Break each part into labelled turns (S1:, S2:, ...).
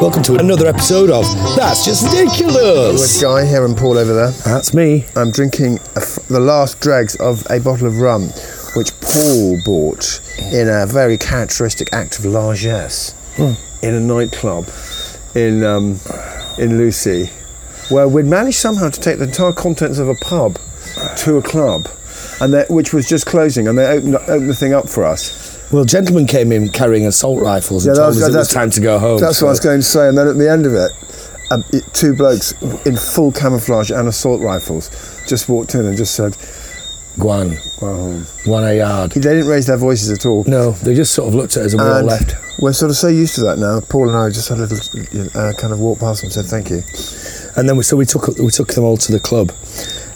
S1: Welcome to another episode of That's Just
S2: With
S1: Ridiculous.
S2: Guy here and Paul over there.
S1: That's me.
S2: I'm drinking a f- the last dregs of a bottle of rum, which Paul bought in a very characteristic act of largesse in a nightclub in um, in Lucy, where we'd managed somehow to take the entire contents of a pub to a club, and that which was just closing, and they opened, opened the thing up for us.
S1: Well, gentlemen came in carrying assault rifles and
S2: Yeah, that
S1: told
S2: was-
S1: us it was
S2: that's-
S1: time to go home.
S2: That's
S1: so-
S2: what I was going to say, and then at the end of it. Um, it- two blokes in full camouflage and assault rifles just walked in and just said,
S1: Guan,
S2: "Wow,
S1: one a yard.
S2: They didn't raise their voices at all.
S1: No, they just sort of looked at us and we all
S2: And
S1: left.
S2: We're sort of so used to that now. Paul and I just had a little you know, uh, kind of walk past them and said thank you.
S1: And then we so we took we took them all to the club,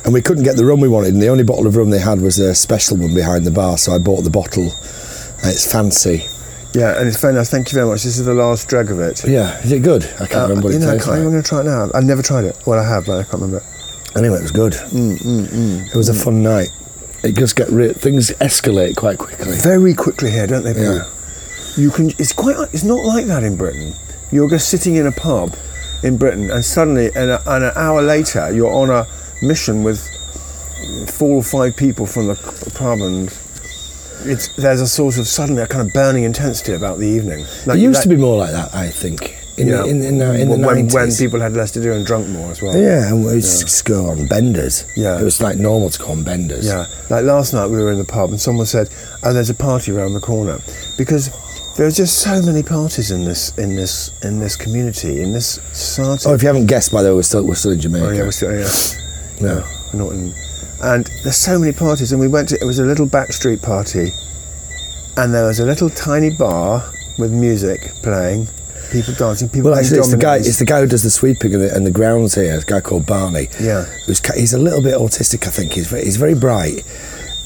S1: and we couldn't get the rum we wanted. And the only bottle of rum they had was their special one behind the bar. So I bought the bottle. And it's fancy.
S2: Yeah, and it's very nice. Thank you very much. This is the last drag of it.
S1: Yeah, is it good? I can't
S2: Uh,
S1: remember what
S2: you
S1: it
S2: know, I
S1: tastes
S2: can't,
S1: like.
S2: I'm going to try it now. I've never tried it. Well, I have, but I can't remember.
S1: Anyway, it was good.
S2: Mm,
S1: it was a fun night. It just get re- things escalate quite quickly.
S2: Very quickly here, don't they, Paul?
S1: Yeah.
S2: You can. It's quite. It's not like that in Britain. You're just sitting in a pub in Britain, and suddenly, and, a, and an hour later, you're on a mission with four or five people from the c- pub, and it's there's a sort of suddenly a kind of burning intensity about the evening. Like
S1: it used
S2: that-
S1: to be more like that, I think, in
S2: yeah.
S1: the, in, in, the- in the
S2: when, when- when
S1: 90s.
S2: people had less to do and drunk more as well.
S1: yeah, and we used to just go on benders.
S2: Yeah.
S1: it was like normal to go on benders.
S2: Yeah, like last night we were in the pub and someone said, "Oh, there's a party round the corner," because there are just so many parties in this in this in this community in this society.
S1: Oh, if you haven't guessed, by the way, we're still we're still in Jamaica.
S2: Oh, yeah, we're still, yeah,
S1: No.
S2: we're not in. And there's so many parties, and we went to it was a little backstreet party, and there was a little tiny bar with music playing, people dancing, people.
S1: Well,
S2: playing
S1: actually, it's the guy.
S2: dominoes.
S1: It's the guy who does the sweeping and the, and the grounds here. A guy called Barney.
S2: Yeah.
S1: who's ca- he's a little bit autistic, I think. He's very, he's very bright,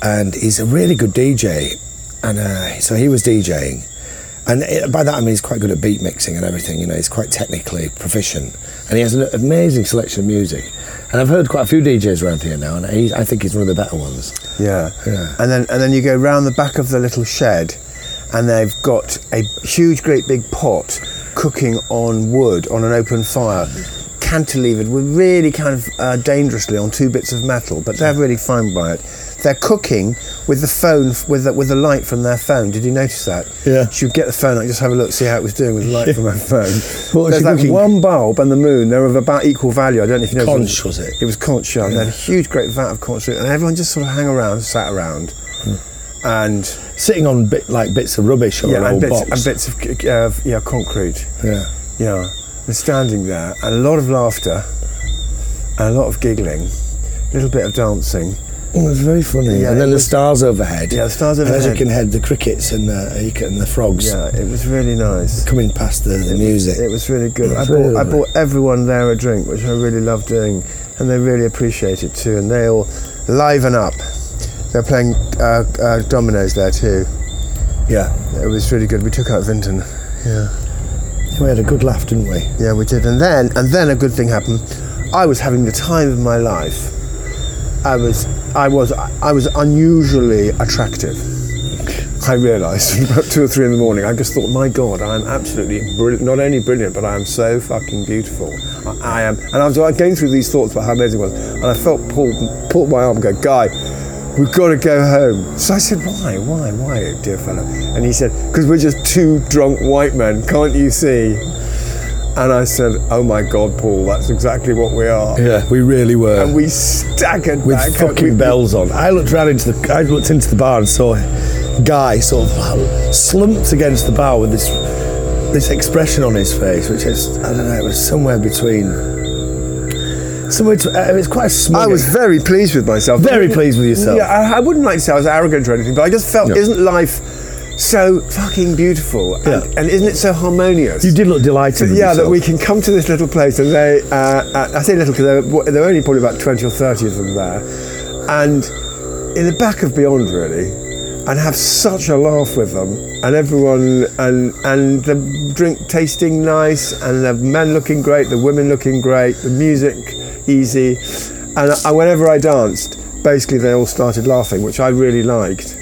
S1: and he's a really good DJ. And uh, so he was DJing, and it, by that I mean he's quite good at beat mixing and everything. You know, he's quite technically proficient, and he has an amazing selection of music. And I've heard quite a few DJs around here now, and he, I think he's one of the better ones.
S2: Yeah.
S1: Yeah.
S2: And then and then you go round the back of the little shed, and they've got a huge, great big pot cooking on wood on an open fire, cantilevered with really kind of uh, dangerously on two bits of metal, but they're really fine by it. They're cooking with the phone with the, with the light from their phone. Did you notice that?
S1: Yeah.
S2: She would get the phone out, just have a look, see how it was doing with the light from her phone.
S1: What was
S2: There's
S1: she
S2: that
S1: cooking?
S2: one bulb and the moon. They're of about equal value. I don't know if you know.
S1: Conch, was it?
S2: It was conch, yeah. And they had a huge, great vat of conch, and everyone just sort of hang around, sat around,
S1: Hmm.
S2: and
S1: Sitting on bit like bits of rubbish or an
S2: yeah, and
S1: old
S2: bits,
S1: box.
S2: and bits of c- uh, yeah concrete,
S1: yeah.
S2: yeah, and standing there, and a lot of laughter, and a lot of giggling, a little bit of dancing.
S1: It
S2: Oh,
S1: was very funny.
S2: Yeah,
S1: and then
S2: it
S1: the
S2: was-
S1: stars overhead.
S2: Yeah, the stars
S1: And as you
S2: overhead.
S1: can head, the crickets and the, you can- and the frogs
S2: Yeah, it was really nice.
S1: coming past the, the
S2: It was-
S1: music.
S2: It was really good.
S1: It was
S2: I,
S1: really
S2: bought, I
S1: lovely.
S2: bought everyone there a drink, which I really love doing, and they really appreciate it too. And they all liven up. They're playing uh, uh, dominoes there too.
S1: yeah.
S2: It was really good. We took out Vinton. Yeah.
S1: We had a good laugh, didn't we?
S2: Yeah, we did. And then and then a good thing happened. I was having the time of my life. I was I was I was unusually attractive. I realised about two or three in the morning. I just thought, my God, I am absolutely brilliant. Not only brilliant, but I am so fucking beautiful. I, I am, and I was like, going through these thoughts about how amazing I was, and I felt Paul pull my arm, and go, guy, we've got to go home. So I said, why, why, why, dear fellow? And he said, because we're just two drunk white men. Can't you see? And I said, oh my God, Paul, that's exactly what we are.
S1: Yeah, we really were.
S2: And we staggered
S1: with
S2: back.
S1: fucking
S2: We-
S1: bells on. I looked round into the I looked into the bar and saw a guy sort of slumped against the bar with this this expression on his face, which is I don't know, it was somewhere between somewhere. To, uh, it was quite a smug.
S2: I was very pleased with myself.
S1: Very pleased with yourself.
S2: Yeah, I, I wouldn't like to say I was arrogant or anything, but I just felt,
S1: No.
S2: isn't life so fucking beautiful? And,
S1: Yeah.
S2: and isn't it so harmonious?
S1: You did look delighted.
S2: But
S1: with
S2: yeah, that
S1: yourself.
S2: we can come to this little place, and they, uh, uh, I say little because there were only probably about 20 or 30 of them there, and in the back of Beyond, really, and have such a laugh with them, and everyone, and, and the drink tasting nice, and the men looking great, the women looking great, the music easy, uh, and I, whenever I danced, basically they all started laughing, which I really liked.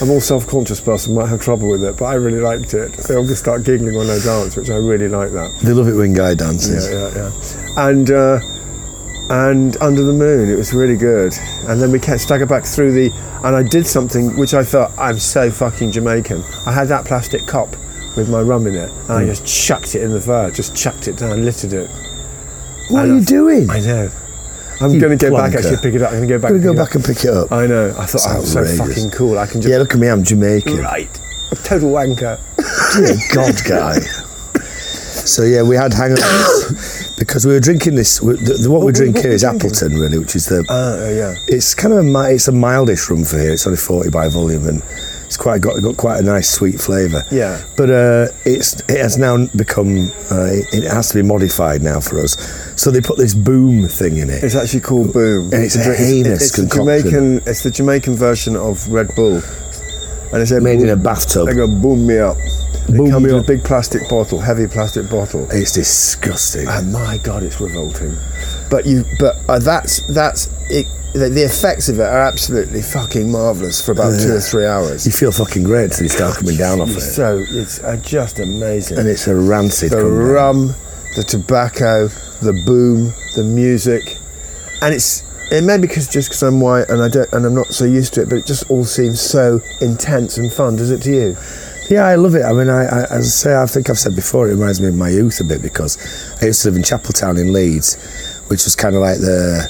S2: a more self-conscious person might have trouble with it, but I really liked it. They'll just start giggling when I dance, which I really like that.
S1: They love it when Guy dances.
S2: Yeah, yeah, yeah. And uh, and under the moon, it was really good. And then we kept stagger back through the, and I did something which I thought I'm so fucking Jamaican. I had that plastic cup with my rum in it, and I
S1: Mm.
S2: just chucked it in the fire, just chucked it down, littered it.
S1: What
S2: I
S1: are you
S2: love-
S1: doing?
S2: I know. I'm
S1: Mm. You
S2: going to go back
S1: plonker.
S2: actually pick it up. I'm going to go back.
S1: Gonna
S2: and
S1: go
S2: pick it
S1: back and pick it up.
S2: I know. I thought
S1: It's
S2: I'm so
S1: outrageous.
S2: fucking cool. I can
S1: Yeah,
S2: just
S1: look at me, I'm Jamaican.
S2: right. A total wanker.
S1: Dear Oh, God, guy. So yeah, we had hangovers because we were drinking this. we- The, the, what we
S2: What-
S1: drink
S2: what
S1: here
S2: we
S1: is
S2: drinking?
S1: Appleton, really, which is the.
S2: Uh, yeah.
S1: It's kind of a mi- it's a mildish rum for here. It's only forty by volume, and it's quite got got quite a nice sweet flavour.
S2: Yeah.
S1: But uh, it's it has now become uh, it, it has to be modified now for us. So they put this boom thing in it.
S2: It's actually called Boom.
S1: And it's a
S2: Dra-
S1: heinous
S2: it's the
S1: concoction.
S2: Jamaican, it's the Jamaican version of Red Bull, and it's
S1: Made in a bathtub.
S2: They go boom me up.
S1: Boom
S2: it comes
S1: me
S2: in
S1: up.
S2: a big plastic bottle, heavy plastic bottle.
S1: It's disgusting.
S2: And my God, it's revolting. But you, but uh, that's that's it. The, the effects of it are absolutely fucking marvelous for about two or three hours.
S1: You feel fucking great until you start coming down off it,
S2: So it's uh, just amazing.
S1: and it's a rancid.
S2: the
S1: come down.
S2: rum, the tobacco, the boom, the music, and it's it may be because just because I'm white and I don't and I'm not so used to it, but it just all seems so intense and fun. Does it to you?
S1: Yeah, I love it. I mean, I, I, as I say, I think I've said before, it reminds me of my youth a bit because I used to live in Chapel Town in Leeds, which was kind of like the,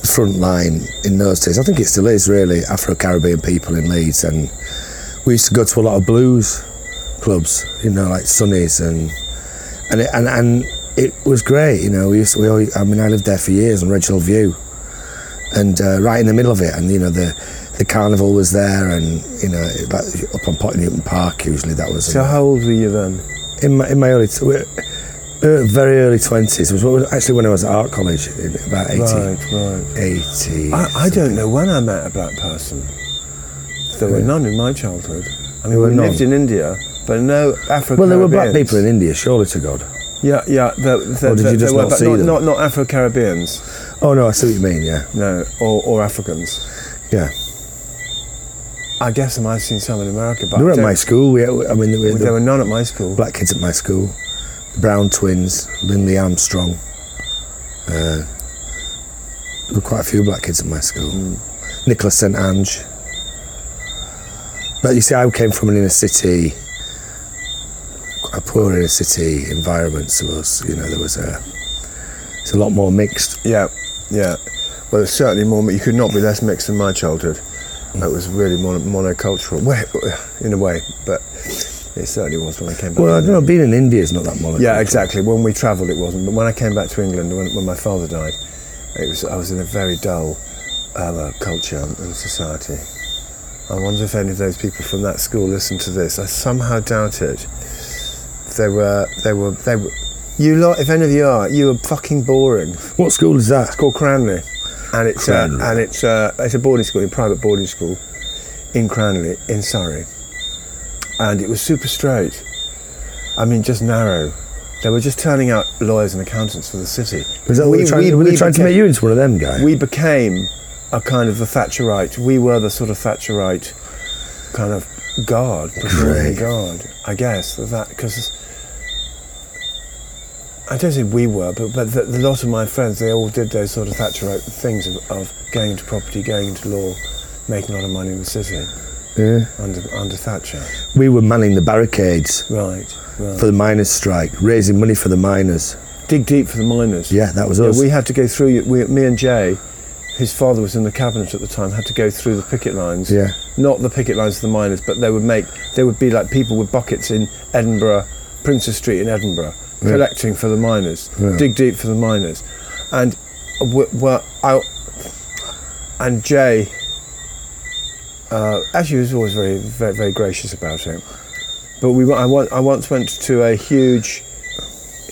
S1: the front line in those days. I think it still is, really, Afro Caribbean people in Leeds. And we used to go to a lot of blues clubs, you know, like Sunny's and. And it, and, and it was great, you know. We used to, we always, I mean, I lived there for years on Reginald View and uh, right in the middle of it, and you know the the carnival was there, and you know it- like, up on Pot Newton Park usually that was
S2: So how old were you then?
S1: in my in my early tw- uh, very early twenties was, what was actually when I was at art college in about 80,
S2: Right, Ah, right.
S1: 80
S2: I, I don't know when I met a black person. There were none in my childhood. I mean,
S1: were
S2: we
S1: none.
S2: lived in India, but no African.
S1: Well, there were black people in India, surely to God.
S2: Yeah, yeah. There, there,
S1: Or did
S2: there-
S1: you just
S2: there
S1: not
S2: were, but
S1: see
S2: not,
S1: them?
S2: Not, not Afro Caribbeans,
S1: Oh no, I see what you mean. Yeah,
S2: no, or, or Africans.
S1: yeah.
S2: I guess I might have seen some in America, but uh,
S1: they were
S2: I
S1: at
S2: don't-
S1: my school. We, I mean, there were,
S2: there were none at my school.
S1: black kids at my school, the Brown twins, Lindley Armstrong. Uh, there were quite a few black kids at my school.
S2: Hmm.
S1: Nicholas St Ange. But you see, I came from an inner city, a poor inner city environment. So it was, you know, there was a, it's a lot more mixed.
S2: Yeah, yeah. Well, it's certainly more. You could not be less mixed than my childhood. It was really mon- monocultural, well, in a way, but it certainly was when I came back.
S1: Well, I
S2: to
S1: don't know. Being in India is not that monocultural.
S2: England. Yeah, exactly. When we travelled, it wasn't. But when I came back to England, when, when my father died, it was. I was in a very dull um, uh, culture and society. I wonder if any of those people from that school listen to this. I somehow doubt it. They were. They were. They were. You lot, if any of you are, you are fucking boring.
S1: What school is that?
S2: It's called Cranley, and it's uh,
S1: Cranley.
S2: and it's uh, it's a boarding school, a private boarding school, in Cranley, in Surrey, and it was super straight. I mean, just narrow. They were just turning out lawyers and accountants for the city.
S1: Was that what they tried, were they trying to
S2: became-
S1: make you into one of them guys?
S2: We became a kind of the Thatcherite. We were the sort of Thatcherite kind of guard, Praetorian
S1: Great.
S2: guard, I guess. That because I don't think we were, but but the, the lot of my friends they all did those sort of Thatcherite things of, of going into property, going into law, making a lot of money in the city
S1: yeah.
S2: under under Thatcher.
S1: we were manning the barricades.
S2: Right, right.
S1: for the miners' strike, raising money for the miners.
S2: Dig deep for the miners.
S1: Yeah, that was
S2: Yeah,
S1: us.
S2: we had to go through. We, me and Jay, his father was in the cabinet at the time, had to go through the picket lines.
S1: Yeah.
S2: Not the picket lines of the miners, but they would make. They would be like people with buckets in Edinburgh, Princess Street in Edinburgh,
S1: Yeah.
S2: collecting for the miners.
S1: Yeah.
S2: Dig deep for the miners, and we, well, I and Jay. Uh, actually, he was always very, very, very gracious about it. But we, went- I, went- I once went to a huge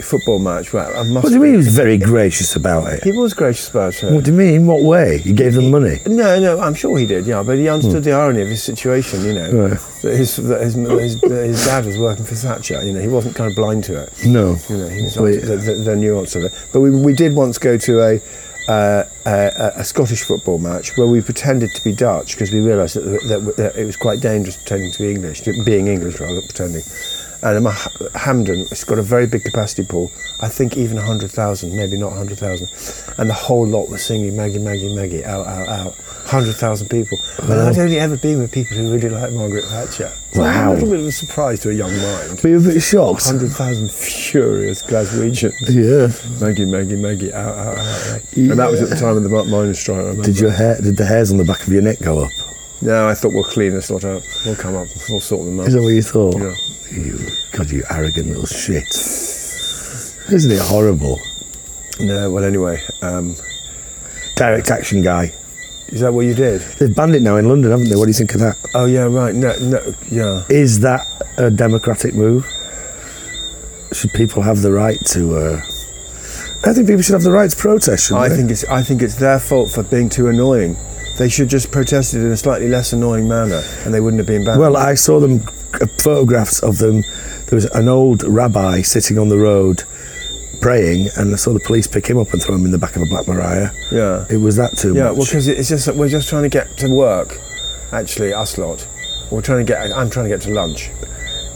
S2: football match. Where I must
S1: what do you mean he
S2: be-
S1: was very gracious about it?
S2: he was gracious about it.
S1: What do you mean? In what way? He gave them money. Hmm.
S2: No, no, I'm sure he did. Yeah, but he understood the irony of his situation. You know,
S1: Right.
S2: that his that his, that his that his dad was working for Thatcher. You know, he wasn't kind of blind to it.
S1: No.
S2: You know, he was
S1: Wait.
S2: the, the, the nuance of it. But we, we did once go to a uh, a, a Scottish football match where we pretended to be Dutch because we realised that, that, that it was quite dangerous pretending to be English, being English rather than pretending. And um, Hamden has got a very big capacity pool. I think even 100,000, maybe not 100,000. And the whole lot was singing Maggie, Maggie, Maggie, out, out, out. 100,000 people. And I'd only ever been with people who really liked Margaret Thatcher. So
S1: Wow.
S2: A little bit of a surprise to a young mind.
S1: Were you a bit shocked?
S2: 100,000 furious Glaswegians.
S1: Yeah.
S2: Maggie, Maggie, Maggie, out, out, out. out. And that was at the time of the mi- miners' strike, I remember.
S1: Did your hair? Did the hairs on the back of your neck go up?
S2: No, I thought we'll clean this lot up. We'll come up. We'll sort them out.
S1: Is that what you thought?
S2: Yeah.
S1: You, God, you arrogant little shit. Isn't it horrible?
S2: No, well, anyway, um,
S1: Direct action guy.
S2: is that what you did?
S1: They've banned it now in London, haven't they? What do you think of that?
S2: Oh, yeah, right. No, no, yeah.
S1: Is that a democratic move? Should people have the right to? Uh, I think people should have the right to protest. Shouldn't
S2: I
S1: they?
S2: think it's I think it's their fault for being too annoying. They should just protest it in a slightly less annoying manner, and they wouldn't have been banned.
S1: Well, I saw them uh, photographs of them. There was an old rabbi sitting on the road praying, and I saw the police pick him up and throw him in the back of a black Mariah.
S2: yeah,
S1: It was that too
S2: yeah. Well,
S1: much.
S2: because it's just that we're just trying to get to work. Actually, us lot, we're trying to get. I'm trying to get to lunch,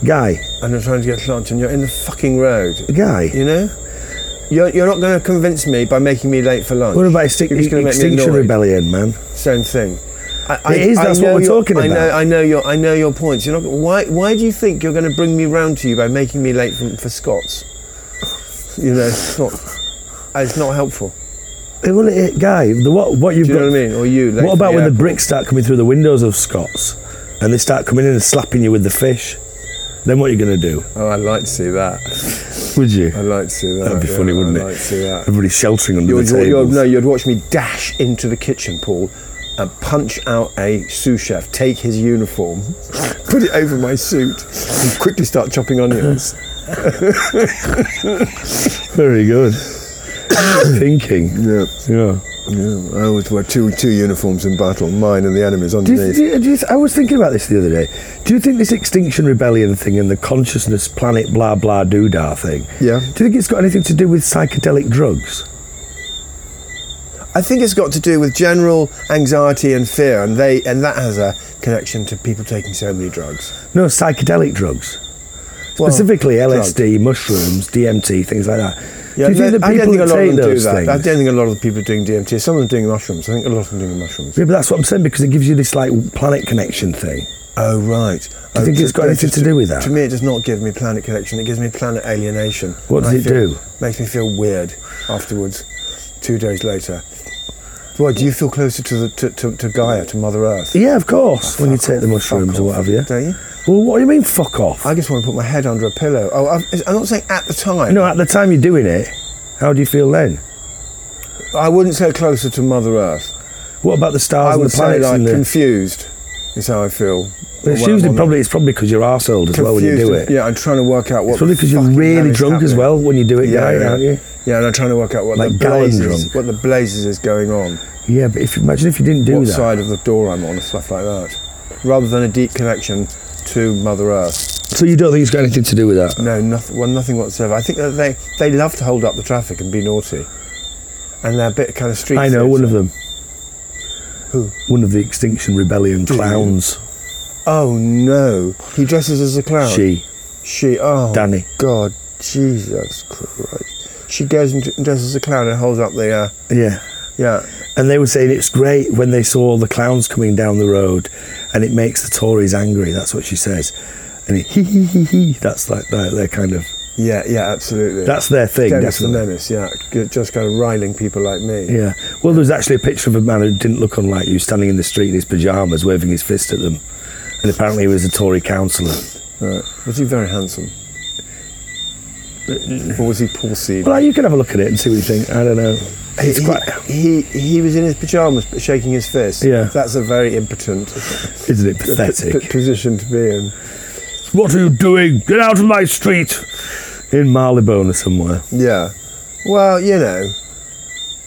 S1: guy,
S2: and I'm trying to get to lunch, and you're in the fucking road.
S1: guy.
S2: You know, you're, you're not going to convince me by making me late for lunch.
S1: What about extin-
S2: You're just gonna make me
S1: Extinction
S2: annoyed.
S1: Rebellion, man?
S2: Same thing. I,
S1: It is, that's what
S2: know
S1: we're
S2: your-
S1: talking
S2: I know,
S1: about.
S2: I know your, I know your points. You're not. Why, why do you think you're going to bring me round to you by making me late for, for Scots? You know, it's not. It's not helpful.
S1: Eh, Well, it, guy, the, what what you've
S2: Do you
S1: got?
S2: know what I mean? Or you? Late
S1: What about
S2: for
S1: when the
S2: airport.
S1: bricks start coming through the windows of Scots, and they start coming in and slapping you with the fish? Then what are you going to do?
S2: Oh, I'd like to see that.
S1: Would you?
S2: I'd like to see that.
S1: That'd be
S2: yeah,
S1: funny, wouldn't
S2: I'd
S1: it?
S2: Like to see that.
S1: Everybody sheltering under
S2: You'd,
S1: the
S2: you'd-
S1: tables.
S2: no, you'd watch me dash into the kitchen, Paul, and punch out a sous chef, take his uniform, put it over my suit, and quickly start chopping onions.
S1: Very good. Thinking.
S2: yeah.
S1: Yeah.
S2: Yeah, I always wear two two uniforms in battle, mine and the enemy's
S1: Do you,
S2: underneath.
S1: do you- do you th- I was thinking about this the other day. Do you think this Extinction Rebellion thing and the consciousness planet blah blah doodah thing?
S2: Yeah.
S1: Do you think it's got anything to do with psychedelic drugs?
S2: I think it's got to do with general anxiety and fear, and they and that has a connection to people taking so many drugs.
S1: No, psychedelic drugs.
S2: Well,
S1: Specifically LSD, mushrooms, DMT, things like that.
S2: Yeah,
S1: do you think
S2: no,
S1: that
S2: I don't
S1: people
S2: think a lot
S1: take
S2: of them do
S1: those
S2: that.
S1: things?
S2: I don't think a lot of the people are doing DMT. Some of them doing mushrooms. I think a lot of them doing mushrooms.
S1: Yeah, but that's what I'm saying because it gives you this like planet connection thing.
S2: Oh right.
S1: Do you
S2: Oh,
S1: think
S2: to-
S1: it's got
S2: no,
S1: anything
S2: just
S1: to do with that?
S2: To me, it does not give me planet connection. It gives me planet alienation.
S1: What does
S2: I
S1: it
S2: feel-
S1: do?
S2: Makes me feel weird afterwards. Two days later. Why do you feel closer to the to, to, to Gaia, to Mother Earth?
S1: Yeah, of course. when you take the mushrooms
S2: Fuck
S1: or what
S2: off,
S1: have you.
S2: Don't you?
S1: Well, what do you mean, fuck off?
S2: I just want to put my head under a pillow. Oh, I'm, I'm not saying at the time.
S1: no, at the time you're doing it, how do you feel then?
S2: I wouldn't say closer to Mother Earth.
S1: What about the stars
S2: I
S1: and the
S2: would say
S1: planets?
S2: like
S1: and the,
S2: confused. Is how I feel.
S1: Well, it's
S2: When I'm
S1: usually
S2: on
S1: probably it's probably because you're arsehole as
S2: confused
S1: well when you do
S2: and-
S1: it.
S2: Yeah, I'm trying to work out what.
S1: it's probably
S2: the
S1: because you're
S2: fucking hell
S1: really
S2: is
S1: drunk as
S2: happening.
S1: well when you do it,
S2: Yeah,
S1: guy,
S2: yeah.
S1: aren't you?
S2: Yeah, and I'm trying to work out what
S1: Like
S2: the
S1: gallon
S2: blazes,
S1: drunk.
S2: what the blazes is going on.
S1: Yeah, but if imagine if you didn't do
S2: what
S1: that.
S2: side of the door I'm on and stuff like that. Rather than a deep connection to Mother Earth.
S1: So you don't think it's got anything to do with that?
S2: No, nothing, well, nothing whatsoever. I think that they, they love to hold up the traffic and be naughty. And they're a bit kind of street
S1: I know
S2: thieves.
S1: one of them.
S2: Who?
S1: One of the Extinction Rebellion clowns.
S2: Oh no! He dresses as a clown.
S1: She,
S2: She. Oh.
S1: Danny.
S2: God, Jesus Christ! She goes and d- dresses as a clown and holds up the. Uh,
S1: Yeah.
S2: yeah.
S1: And they were saying it's great when they saw the clowns coming down the road, and it makes the Tories angry. That's what she says. And it, hee hee hee hee. That's like their, their kind of.
S2: Yeah. Yeah. Absolutely.
S1: That's their thing,
S2: Dennis the
S1: definitely.
S2: Menace. Yeah. G- Just kind of riling people like me.
S1: Yeah. Well, there was actually a picture of a man who didn't look unlike you standing in the street in his pyjamas waving his fist at them. And apparently he was a Tory councillor.
S2: Right. Was he very handsome? or was he porcine?
S1: Well, you can have a look at it and see what you think. I don't know. It's
S2: he,
S1: quite,
S2: he he was in his pajamas but shaking his fist.
S1: Yeah.
S2: That's a very impotent
S1: isn't it
S2: p- p-
S1: pathetic?
S2: position to be in.
S1: What are you doing? Get out of my street! In Marylebone or somewhere.
S2: Yeah. Well, you know,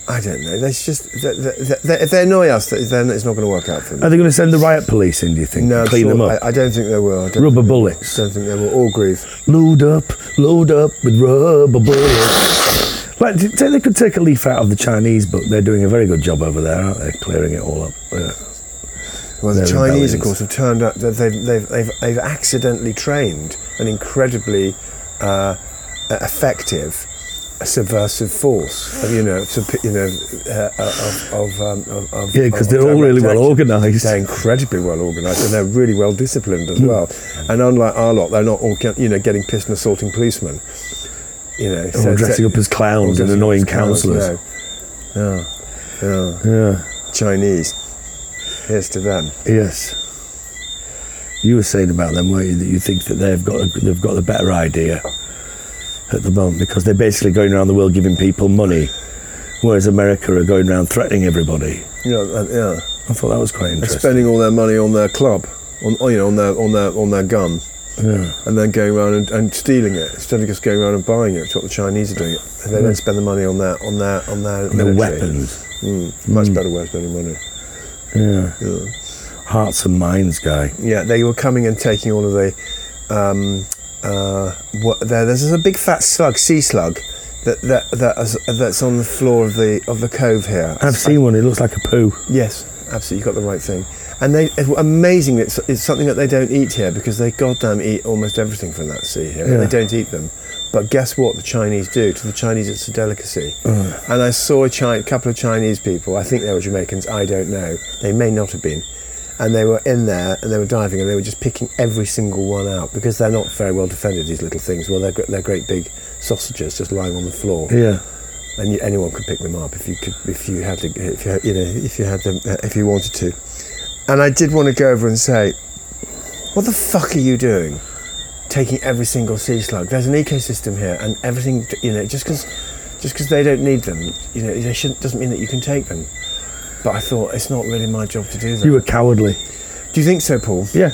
S2: I don't know. That's just that, that, that, that- if they annoy us, that- then it's not going to work out for them.
S1: Are they going to send the riot police in? Do you think?
S2: no,
S1: to clean
S2: sure-
S1: them up.
S2: I, I don't think they will. I don't
S1: Rubber
S2: think they will.
S1: bullets.
S2: Don't think they will. All grief.
S1: Load up, load up with rubber bullets. Like, t- t- they could take a leaf out of the Chinese book. They're doing a very good job over there, aren't they? Clearing it all up. Yeah.
S2: Well, the
S1: They're rebellions.
S2: Chinese, of course, have turned out that they've, they've, they've, they've accidentally trained an incredibly uh, effective subversive force. You know, sup- you know, uh, of, of, um, of, of
S1: Yeah, 'cause
S2: of
S1: they're all really
S2: direct
S1: well
S2: action.
S1: organised.
S2: They're incredibly well organised, and they're really well disciplined
S1: Hmm.
S2: as well. And unlike our lot, they're not all you know getting pissed and assaulting policemen. You know,
S1: Or dressing up as
S2: or
S1: clowns and
S2: dressing up as
S1: annoying
S2: clowns,
S1: counsellors.
S2: No. No.
S1: Yeah.
S2: no. Chinese. Here's to them.
S1: Yes. You were saying about them, weren't you, that you think that they've got they've got the better idea at the moment because they're basically going around the world giving people money, whereas America are going around threatening everybody.
S2: You know, uh, yeah.
S1: I thought that was quite
S2: They're
S1: interesting.
S2: spending all their money on their club, on on, you know, on their on their on their gun,
S1: Yeah.
S2: and then going around and, and stealing it instead of just going around and buying it. Which is what the Chinese are doing. They
S1: Yeah.
S2: don't spend the money on their on their on their,
S1: Hmm. And their
S2: military.
S1: weapons. Hmm.
S2: Mm, much better way of spending money.
S1: Yeah.
S2: Yeah.
S1: Hearts and minds guy.
S2: Yeah, they were coming and taking all of the. Um, uh, what, there, there's a big fat slug, sea slug, that that, that is, that's on the floor of the of the cove here.
S1: I've seen one. It looks like a poo.
S2: Yes, absolutely. You got the right thing. And they, it's amazing. It's, it's something that they don't eat here because they goddamn eat almost everything from that sea here.
S1: Yeah.
S2: They don't eat them. But guess what? The Chinese do. To the Chinese, it's a delicacy.
S1: Mm.
S2: And I saw a Chi- couple of Chinese people. I think they were Jamaicans. I don't know. They may not have been. And they were in there and they were diving and they were just picking every single one out because they're not very well defended. These little things. Well, they're, gr- they're great big sausages just lying on the floor
S1: Yeah.
S2: and you, anyone could pick them up if you could, if you had, the, if you had, you know, if you had them, uh, if you wanted to. And I did want to go over and say, what the fuck are you doing? Taking every single sea slug. There's an ecosystem here, and everything, you know, just because, just 'cause they don't need them, you know, they shouldn't doesn't mean that you can take them. But I thought it's not really my job to do that.
S1: You were cowardly.
S2: do you think so, Paul?
S1: Yeah.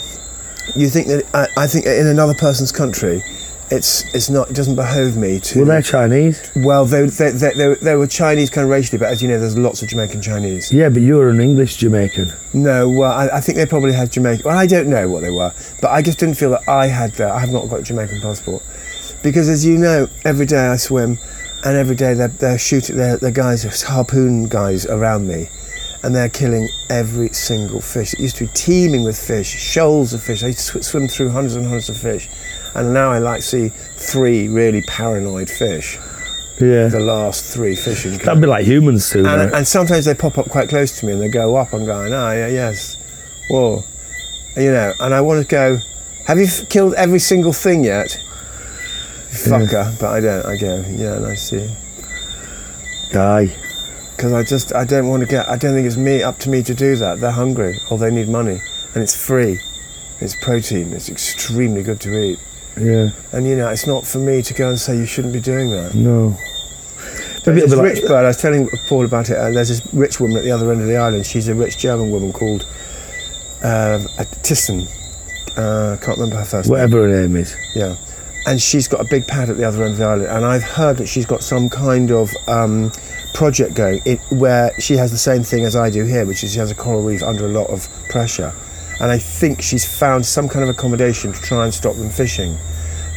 S2: You think that I, I think that in another person's country, it's it's not it doesn't behove me to.
S1: Well, they're Chinese.
S2: Well, they, they, they, they, were- they were Chinese kind of racially, but as you know, there's lots of Jamaican Chinese.
S1: Yeah, but you're an English Jamaican.
S2: No, well, I, I think they probably had Jamaican. Well, I don't know what they were, but I just didn't feel that I had that. I have not got a Jamaican passport. Because as you know, every day I swim, and every day they're, they're shooting, they're, they're guys, harpoon guys around me, and they're killing every single fish. It used to be teeming with fish, shoals of fish. I used to sw- swim through hundreds and hundreds of fish, and now I like see three really paranoid fish. The
S1: Yeah.
S2: last three fishing.
S1: That'd be like humans too.
S2: And,
S1: wouldn't it?
S2: and sometimes they pop up quite close to me and they go up. I'm going, ah, yeah, yes. Whoa. You know, and I want to go, have you f- killed every single thing yet? Fucker. But I don't. I go, yeah, and I see.
S1: Guy.
S2: Because I just, I don't want to get, I don't think it's me, up to me to do that. They're hungry or they need money. And it's free. It's protein. It's extremely good to eat.
S1: Yeah.
S2: And, you know, it's not for me to go and say you shouldn't be doing that.
S1: No. Maybe
S2: There's
S1: it'll
S2: this
S1: be
S2: rich
S1: like,
S2: bird. I was telling Paul about it. And there's this rich woman at the other end of the island. She's a rich German woman called um, uh, Thyssen. Uh, can't remember her first name.
S1: whatever her name is.
S2: Yeah, and she's got a big pad at the other end of the island. And I've heard that she's got some kind of um, project going it, where she has the same thing as I do here, which is she has a coral reef under a lot of pressure. And I think she's found some kind of accommodation to try and stop them fishing.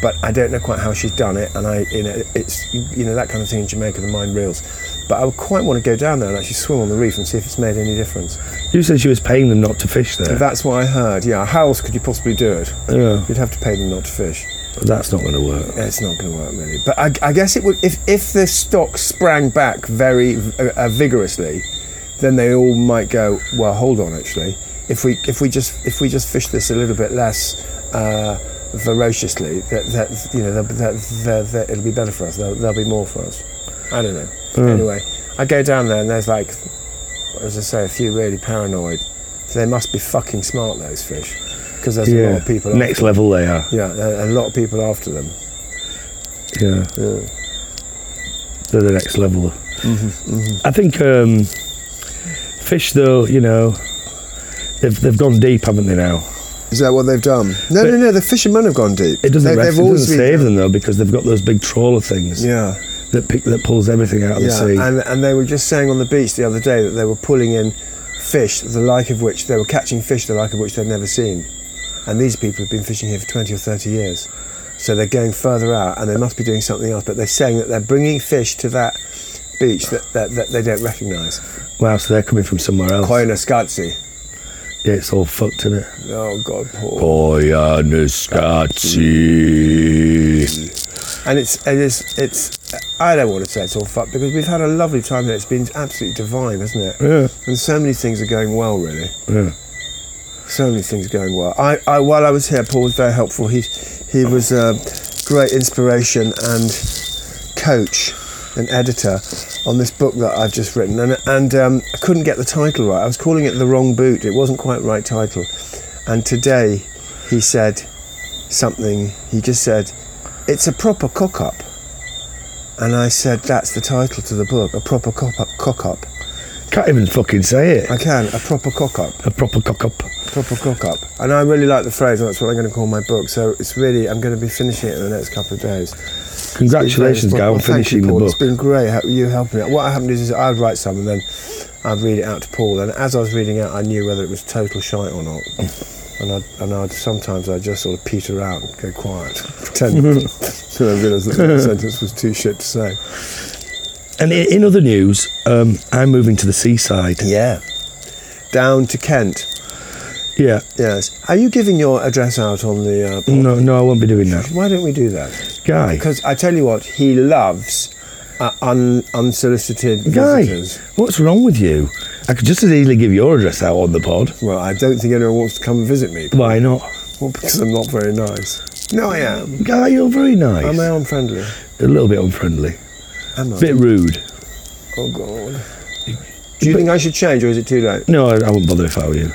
S2: But I don't know quite how she's done it, and I, you know, it's you know that kind of thing in Jamaica, the mind reels. But I would quite want to go down there and actually swim on the reef and see if it's made any difference.
S1: You said she was paying them not to fish there.
S2: That's what I heard. Yeah, how else could you possibly do it?
S1: yeah,
S2: You'd have to pay them not to fish.
S1: but that's not going to work.
S2: It's not going to work really, but I, I guess it would. If if the stock sprang back very uh, uh, vigorously, then they all might go. Well, hold on. Actually, if we if we just if we just fish this a little bit less uh, voraciously, that, that you know that, that, that, that it'll be better for us. There'll, there'll be more for us. I don't know. Anyway, I go down there and there's like, as I say, a few really paranoid. They must be fucking smart those fish, because there's a lot of people.
S1: Next level they are.
S2: after, yeah, a, a lot of people after them.
S1: Yeah,
S2: Yeah.
S1: they're the next level. I think um, fish, though, you know, they've they've gone deep, haven't they? Now
S2: Is that what they've done? No,
S1: But-
S2: no, no. The fishermen have gone deep.
S1: it doesn't
S2: They-
S1: rest,
S2: they've
S1: it
S2: always
S1: doesn't
S2: been-
S1: save them though because they've got those big trawler things
S2: Yeah,
S1: that pick that pulls everything out of the
S2: yeah.
S1: sea.
S2: And, and they were just saying on the beach the other day that they were pulling in fish, the like of which they were catching fish, the like of which they'd never seen. And these people have been fishing here for twenty or thirty years, so they're going further out, and they must be doing something else. But they're saying that they're bringing fish to that beach that, that, that they don't recognise.
S1: Wow, so they're coming from somewhere else.
S2: Koyana Skatsi.
S1: Yeah, it's all fucked, isn't it?
S2: Oh God, Paul.
S1: Koyanuskatsi.
S2: And it's it is it's I don't want to say it's all fucked because we've had a lovely time there. It's been absolutely divine, hasn't it?
S1: Yeah.
S2: And so many things are going well, really.
S1: Yeah.
S2: So many things going well. I, I while I was here, Paul was very helpful. He he was a great inspiration and coach and editor on this book that I've just written. And and um, I couldn't get the title right. I was calling it the wrong boot. It wasn't quite the right title. And today he said something. He just said, "It's a proper cock up." And I said, "That's the title to the book. A proper cock up." Cock up.
S1: Can't even fucking say it.
S2: I can. A proper cock up.
S1: A proper cock up.
S2: proper cock up. And I really like the phrase, and that's what I'm going to call my book. So it's really, I'm going to be finishing it in the next couple of days.
S1: Congratulations,
S2: It's
S1: guy,
S2: been very
S1: on
S2: responsible. Thank
S1: finishing
S2: you,
S1: the
S2: Paul.
S1: book.
S2: It's been great how you helping me. What happened is, is I'd write some and then I'd read it out to Paul. And as I was reading out, I knew whether it was total shite or not. And I'd, and I'd sometimes I'd just sort of peter out and go quiet, pretend until I realised that the sentence was too shit to say.
S1: And i- in other news, um, I'm moving to the seaside.
S2: Yeah. Down to Kent.
S1: Yeah.
S2: Yes. Are you giving your address out on the? Uh, pod-
S1: No, no, I won't be doing that.
S2: Why don't we do that?
S1: Guy.
S2: Because I tell you what, he loves uh, un, unsolicited
S1: Guy,
S2: visitors.
S1: what's wrong with you? I could just as easily give your address out on the pod.
S2: Well, I don't think anyone wants to come and visit me.
S1: Why not?
S2: Well, because I'm not very nice. No, I am.
S1: Guy, you're very nice.
S2: Am I unfriendly?
S1: A little bit unfriendly.
S2: Am I?
S1: A bit rude.
S2: Oh God. Do you think I should change, or is it too late?
S1: No, I, I wouldn't bother if I were you.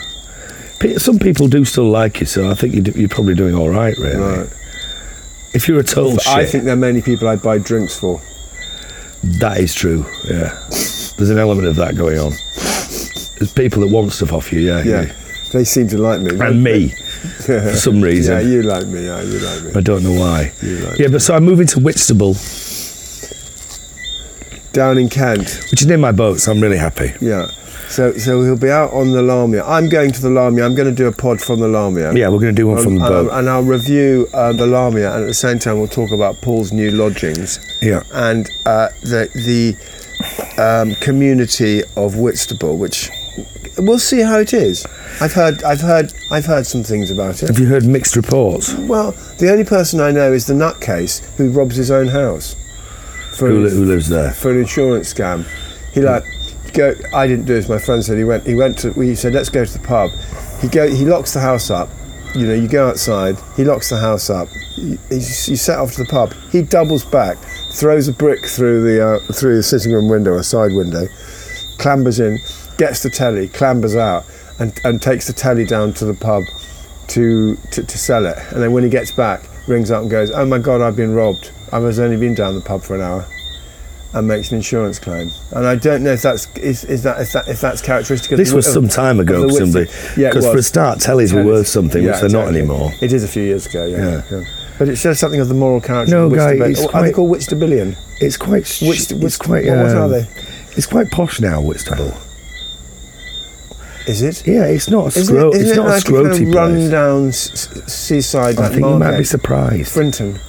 S1: Pe- Some people do still like you, so I think you do, you're probably doing all right, really.
S2: Right.
S1: If you're a total Oh, shit,
S2: I think there are many people I'd buy drinks for.
S1: that is true. Yeah, there's an element of that going on. There's people that want stuff off you, yeah,
S2: Yeah. They seem to like me.
S1: and me for some reason.
S2: Yeah, you like me. Yeah, you like
S1: I
S2: me.
S1: don't know why.
S2: You like
S1: yeah, but so I'm moving to Whitstable,
S2: Down in Kent.
S1: which is near my boat, so I'm really happy.
S2: Yeah. So, so he'll be out on the Lamia. I'm going to the Lamia. I'm going to do a pod from the Lamia.
S1: Yeah, we're going to do one from the
S2: and, I'll,
S1: boat.
S2: Um, and I'll review uh, the Lamia, and at the same time, we'll talk about Paul's new lodgings
S1: Yeah.
S2: and uh, the the um, community of Whitstable, which we'll see how it is. I've heard, I've heard, I've heard some things about it.
S1: Have you heard mixed reports?
S2: Well, the only person I know is the nutcase who robs his own house for
S1: Who, li- who lives there?
S2: for an insurance scam. He like go. I didn't do this. My friend said he went. He went to. We said let's go to the pub. He go. He locks the house up. You know, you go outside. He locks the house up. You, you you set off to the pub. He doubles back, throws a brick through the uh, through the sitting room window, a side window, clambers in, gets the telly, clambers out, and, and takes the telly down to the pub to, to to sell it. And then when he gets back, rings up and goes, "Oh my God, I've been robbed. I was only been down the pub for an hour." and makes an insurance claim. And I don't know if that's is, is that, if that if that's characteristic of
S1: This
S2: the,
S1: was
S2: of-
S1: some time
S2: of
S1: ago,
S2: the Whitson-
S1: presumably.
S2: Yeah, it
S1: Because for a
S2: was.
S1: start, tellies were
S2: Yeah,
S1: worth something,
S2: yeah,
S1: which they're not
S2: exactly.
S1: anymore.
S2: It is a few years ago, yeah.
S1: Yeah.
S2: yeah. But it says something of the moral character.
S1: No,
S2: of
S1: guy,
S2: Whitstable-
S1: it's
S2: Are
S1: quite-
S2: they called Whitstabilian?
S1: It's quite. sh-
S2: Whitst-
S1: it's
S2: Whitst-
S1: quite.
S2: what- what are
S1: um,
S2: they?
S1: It's quite posh now, Whitstable.
S2: Is it?
S1: Yeah, it's not a
S2: Isn't
S1: scro-
S2: isn't
S1: It's not a
S2: like kind of
S1: scroty
S2: run
S1: place.
S2: down s- s- seaside
S1: I
S2: like
S1: think you might be
S2: market?
S1: surprised.
S2: Frinton.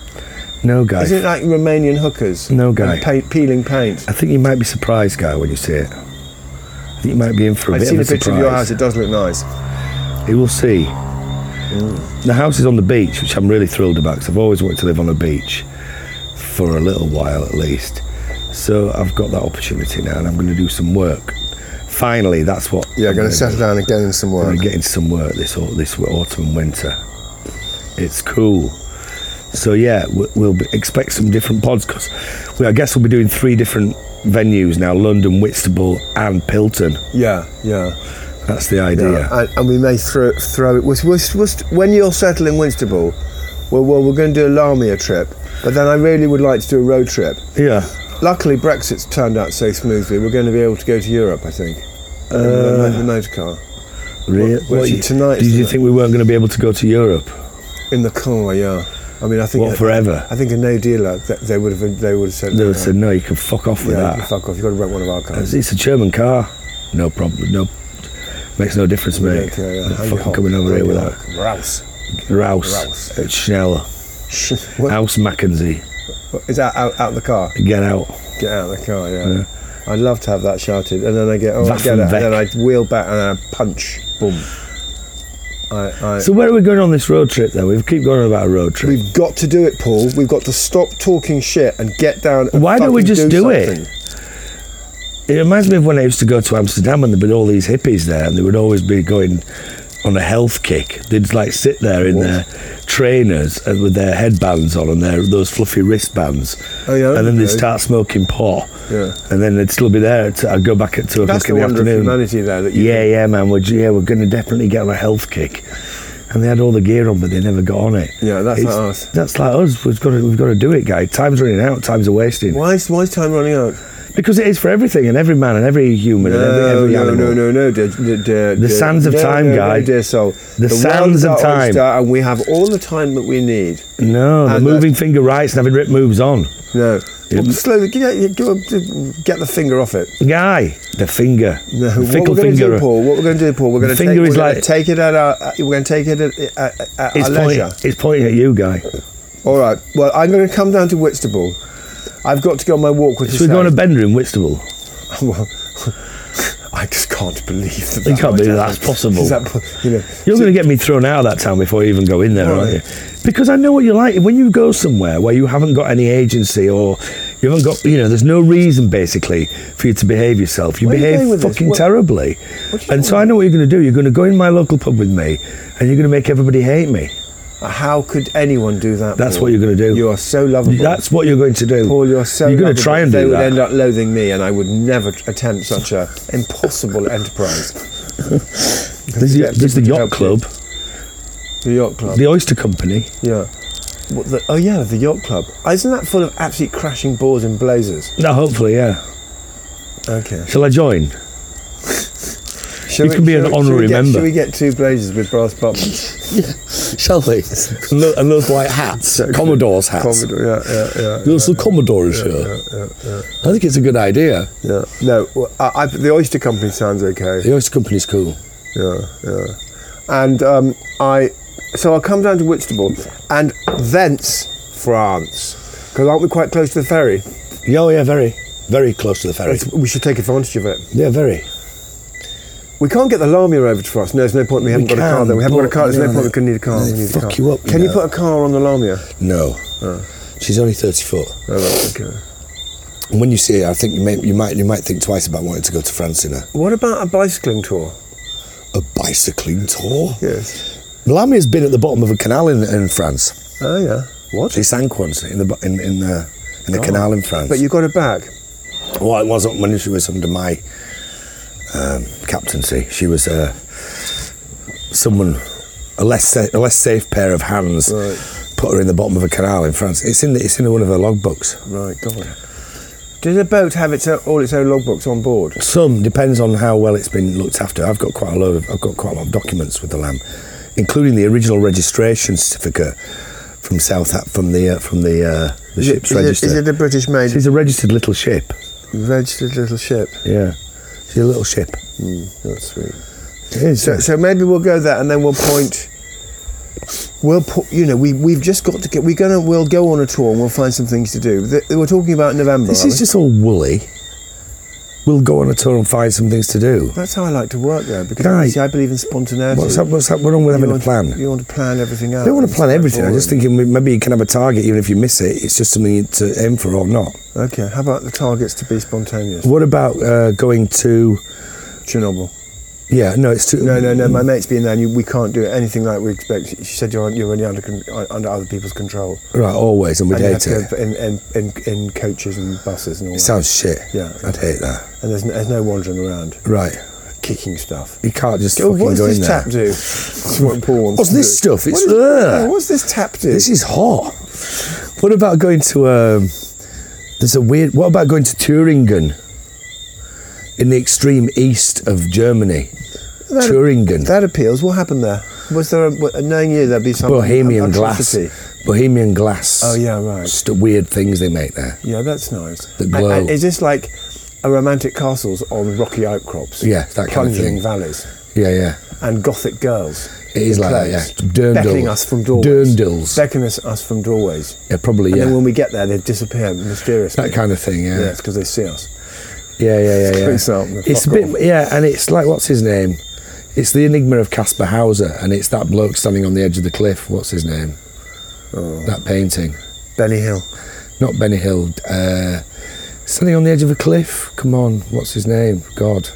S1: No, guy.
S2: Isn't it like Romanian hookers?
S1: No,
S2: And
S1: guy.
S2: pa- peeling paint.
S1: I think you might be surprised, guy, when you see it. I think you might be in for a
S2: I've
S1: bit
S2: seen a
S1: of a,
S2: picture of your house.
S1: surprise.
S2: It does look nice.
S1: You will see.
S2: Mm.
S1: The house is on the beach, which I'm really thrilled about because I've always wanted to live on a beach for a little while at least. So I've got that opportunity now, and I'm going to do some work. Finally, that's what.
S2: Yeah, going
S1: gonna
S2: to
S1: do.
S2: settle down and get in some
S1: I'm
S2: work.
S1: getting some work this au- this autumn and winter. It's cool. So yeah, we- we'll be- expect some different pods because we, I guess we'll be doing three different venues now: London, Whitstable, and Pilton.
S2: Yeah, yeah.
S1: That's the
S2: Yeah,
S1: idea.
S2: And, and we may throw, throw it. Was, was, was, when you're settling Winstable, well, well, we're going to do a Lamia trip, but then I really would like to do a road trip.
S1: yeah.
S2: Luckily, Brexit's turned out so smoothly, we're going to be able to go to Europe, I think. Uh, the motorcar.
S1: Really?
S2: what- what's it tonight,
S1: Did
S2: isn't
S1: you
S2: it?
S1: think we weren't going to be able to go to Europe?
S2: In the car, yeah. I mean, I think.
S1: What forever?
S2: I think a no dealer, th- they would have they would have said.
S1: They
S2: no.
S1: would said no. You can fuck off with
S2: yeah, you can
S1: that.
S2: fuck off, you've got to rent one of our cars.
S1: It's, it's a German car. No problem. No. Makes no difference,
S2: We
S1: mate.
S2: don't care, yeah.
S1: I'm
S2: Hang
S1: fucking
S2: your
S1: coming
S2: hock,
S1: over here
S2: hang
S1: with
S2: your
S1: that.
S2: hock. Rouse. Rouse.
S1: Rouse, Schnell,
S2: What-
S1: House Mackenzie.
S2: what- Is that out, out the car?
S1: Get out.
S2: get out of the car. Yeah. I'd love to have that shouted, and then I get, oh, I
S1: Waffen
S2: get it, and
S1: weg.
S2: then I wheel back and I punch, boom. I, I,
S1: So where are we going on this road trip though? We keep going on about a road trip.
S2: we've got to do it, Paul. We've got to stop talking shit and get down. And
S1: Why don't we
S2: fucking
S1: just do it?
S2: something.
S1: It reminds me of when I used to go to Amsterdam and there'd been all these hippies there and they would always be going on a health kick. They'd like sit there in their trainers and with their headbands on and their those fluffy wristbands.
S2: Oh, yeah,
S1: And then they'd
S2: okay.
S1: start smoking pot.
S2: Yeah.
S1: And then they'd still be there. At, I'd go back at two o'clock
S2: That's
S1: in
S2: the
S1: the
S2: wonder of
S1: afternoon.
S2: humanity, though. That you
S1: yeah, yeah, man. We're, yeah, we're going to definitely get on a health kick. And they had all the gear on, but they never got on it.
S2: Yeah, that's
S1: It's-
S2: like us.
S1: That's like us. We've got to, we've got to do it, guy. Time's running out. Time's a wasting.
S2: Why is, why is time running out?
S1: Because it is for everything and every man and every human and every, every
S2: no,
S1: animal.
S2: no, no, no, dear, dear, dear,
S1: The sands of
S2: no,
S1: time,
S2: no, no,
S1: guy.
S2: dear soul.
S1: The sands
S2: world's
S1: of
S2: our
S1: time.
S2: oyster and we have all the time that we need.
S1: No, the
S2: And
S1: moving finger rights and having rip moves on.
S2: No,
S1: Yeah.
S2: Well, slowly get, get, get the finger off it.
S1: Guy, the finger.
S2: No,
S1: the
S2: what we're going to do, Paul? What we're going to do, Paul? We're going to
S1: Finger
S2: take,
S1: is
S2: we're gonna
S1: like-
S2: take it at our. We're going to take it at, at, at
S1: It's,
S2: our
S1: pointing,
S2: leisure.
S1: it's pointing at you, guy.
S2: All right. Well, I'm going to come down to Whitstable. I've got to go on my walk with
S1: So we're
S2: yourself.
S1: going to Bender in Whitstable.
S2: Well, I just can't believe that.
S1: You
S2: that
S1: can't
S2: might
S1: believe
S2: happen.
S1: that's possible.
S2: Is that po- you know,
S1: You're going to get me thrown out of that town before you even go in there,
S2: Why?
S1: aren't you? Because I know what you're like. When you go somewhere where you haven't got any agency or you haven't got, you know, there's no reason basically for you to behave yourself. You
S2: Where are you
S1: behave
S2: going with this?
S1: fucking
S2: What-
S1: terribly.
S2: what are you
S1: And so
S2: doing?
S1: I know what you're going to do. You're going to go in my local pub with me and you're going to make everybody hate me.
S2: How could anyone do that?
S1: That's
S2: Paul?
S1: what you're going to do.
S2: You are so lovable.
S1: That's what you're going to do.
S2: Paul, you're so.
S1: You're going to
S2: lovable.
S1: try and
S2: they
S1: do
S2: would
S1: that.
S2: end up loathing me, and I would never t- attempt such a impossible enterprise.
S1: There's, the,
S2: Yeah,
S1: there's the yacht
S2: people help
S1: club,
S2: The yacht club.
S1: the oyster company.
S2: yeah. What the, oh yeah, the yacht club. Isn't that full of absolute crashing boards and blazers?
S1: No, hopefully, yeah.
S2: Okay.
S1: Shall I join?
S2: Shall
S1: You can be
S2: shall
S1: an
S2: shall
S1: honorary
S2: we get-
S1: member.
S2: Shall we get two blazers with brass buttons?
S3: shall we? And, tho- and those white hats, Commodore's hats.
S2: Commodore, yeah, yeah, yeah.
S3: There's the Commodore is here. I think it's a good idea.
S2: Yeah. No, well, I, I, the oyster company sounds okay.
S3: The oyster company's cool.
S2: Yeah, yeah. And um, I, so I'll come down to Whitstable, and thence France, because aren't we quite close to the ferry?
S3: Yeah, oh, yeah, very, very close to the ferry.
S2: It's, we should take advantage of it.
S3: Yeah, very.
S2: We can't get the Lamia over to us. No, there's no point. We haven't got a car
S3: can,
S2: there. We haven't got a
S3: but-
S2: car. There's no,
S3: no,
S2: point.
S3: no.
S2: We can need a car.
S3: They
S2: we need a
S3: fuck
S2: car.
S3: you up, Oh, you
S2: Can you,
S3: know.
S2: put a car on the Lamia?
S3: No, she's only thirty foot.
S2: Oh, right, okay.
S3: And when you see her, I think you, may, you might you might think twice about wanting to go to France in a,
S2: What about a bicycling tour?
S3: a bicycling tour.
S2: Yes.
S3: Lamia's been at the bottom of a canal in, in France.
S2: Oh yeah. What?
S3: She sank once in the bo- in in the, in the
S2: Oh.
S3: canal in France.
S2: But you got it back.
S3: Well, it wasn't when she was under my um, captaincy. She was uh, someone, a less sa- a less safe pair of hands,
S2: Right.
S3: put her in the bottom of a canal in France. It's in the, it's in one of her logbooks.
S2: Right. God. Does the boat have its own, all its own logbooks on board?
S3: Some depends on how well it's been looked after. I've got quite a load of I've got quite a lot of documents with the lamb, including the original registration certificate from South Ha- from the uh, from the uh, the
S2: Is it-
S3: ship's
S2: is it-
S3: register.
S2: is it a British made
S3: She's a registered little ship.
S2: registered little ship?
S3: Yeah, she's a little ship.
S2: That's sweet.
S3: It is, uh,
S2: So,
S3: yeah.
S2: so maybe we'll go there and then we'll point. We'll put, you know, we we've just got to get. We're gonna, we'll go on a tour and we'll find some things to do. Th we're talking about November.
S3: This
S2: aren't
S3: is
S2: we?
S3: just all woolly. We'll go on a tour and find some things to do.
S2: That's how I like to work though, because
S3: Guy,
S2: see, I believe in spontaneity.
S3: What's up? What's up? What's wrong with
S2: You
S3: having a
S2: want-
S3: plan?
S2: You want to plan everything out.
S3: I don't want to
S2: It's
S3: plan
S2: quite
S3: everything. I'm just
S2: boring.
S3: thinking we- maybe you can have a target even if you miss it. It's just something to aim for or not.
S2: Okay, how about the targets to be spontaneous?
S3: What about uh, going to?
S2: Chernobyl.
S3: Yeah, no, it's too.
S2: No, no, no. My mate's been there, and you, we can't do anything like we expect. She said you're, on- you're only under con- uh, under other people's control.
S3: Right, always, and we'd
S2: and you
S3: hate
S2: have
S3: it.
S2: to go in, in, in, in coaches and buses and all
S3: It
S2: that.
S3: sounds shit.
S2: Yeah.
S3: I'd hate that.
S2: and there's no, there's no wandering around,
S3: Right,
S2: kicking stuff.
S3: you can't just
S2: Oh,
S3: fucking
S2: what does
S3: go
S2: this
S3: in
S2: tap
S3: there.
S2: do? That's what Paul wants
S3: What's
S2: to
S3: this
S2: do.
S3: stuff? It's-
S2: what is,
S3: Ugh.
S2: yeah, what's this tap do?
S3: This is hot. What about going to? Um, there's a weird. What about going to Turingen? In the extreme east of Germany,
S2: That-
S3: Turingen.
S2: that appeals. What happened there? Was there a, w- knowing you there'd be some
S3: Bohemian glass.
S2: atrocity?
S3: Bohemian glass.
S2: Oh yeah, right.
S3: St- weird things they make there.
S2: Yeah, that's nice.
S3: The
S2: And-
S3: glow.
S2: and is this like a romantic castles on rocky outcrops?
S3: Yeah, that kind of
S2: plunging
S3: thing.
S2: valleys.
S1: Yeah, yeah.
S2: and gothic girls.
S1: It is
S2: in
S1: like that, yeah.
S2: clothes,
S1: Durndal-
S2: beckoning us from doorways.
S1: Durndals.
S2: Beckoning us- us from doorways.
S1: Yeah, probably,
S2: And
S1: yeah.
S2: then when we get there, they disappear mysteriously.
S1: that kind of thing, yeah.
S2: yeah, it's because they see us.
S1: Yeah, yeah, yeah, yeah.
S2: It's out in the
S1: It's a
S2: fuck
S1: bit,
S2: off.
S1: yeah, and it's like what's his name? It's the enigma of Casper Hauser, and it's that bloke standing on the edge of the cliff. What's his name?
S2: Oh.
S1: That painting,
S2: Benny Hill.
S1: not Benny Hill. Uh, standing on the edge of a cliff. Come on, what's his name? God.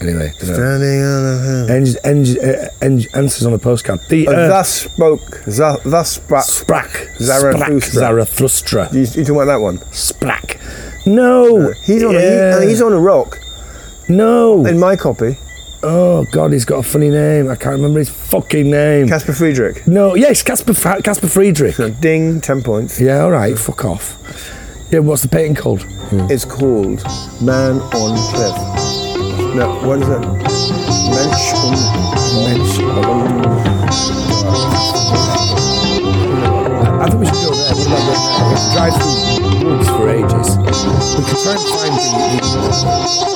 S1: Anyway, dunno.
S2: Standing on a hill.
S1: Eng- eng- uh, eng- answers on a postcard. The
S2: And
S1: Earth
S2: Uh, thus spoke, tha- thus spoke.
S1: sprach
S2: Zarathustra.
S1: Sprach Zarathustra.
S2: You, you talking about that one?
S1: Sprach. No,
S2: He's on.
S1: yeah.
S2: A, he, and he's on a rock
S1: No.
S2: in my copy.
S1: oh God, he's got a funny name. I can't remember his fucking name.
S2: Casper Friedrich.
S1: No, yes, Casper Fra- Casper Friedrich.
S2: Ding, ten points.
S1: Yeah, all right, fuck off. Yeah, what's the painting called?
S2: It's called Man on Cliff. No, what is it? Mensch on Mensch. on-
S1: I think we should go there. What about going there? We can drive through woods for ages. We could try and find the, the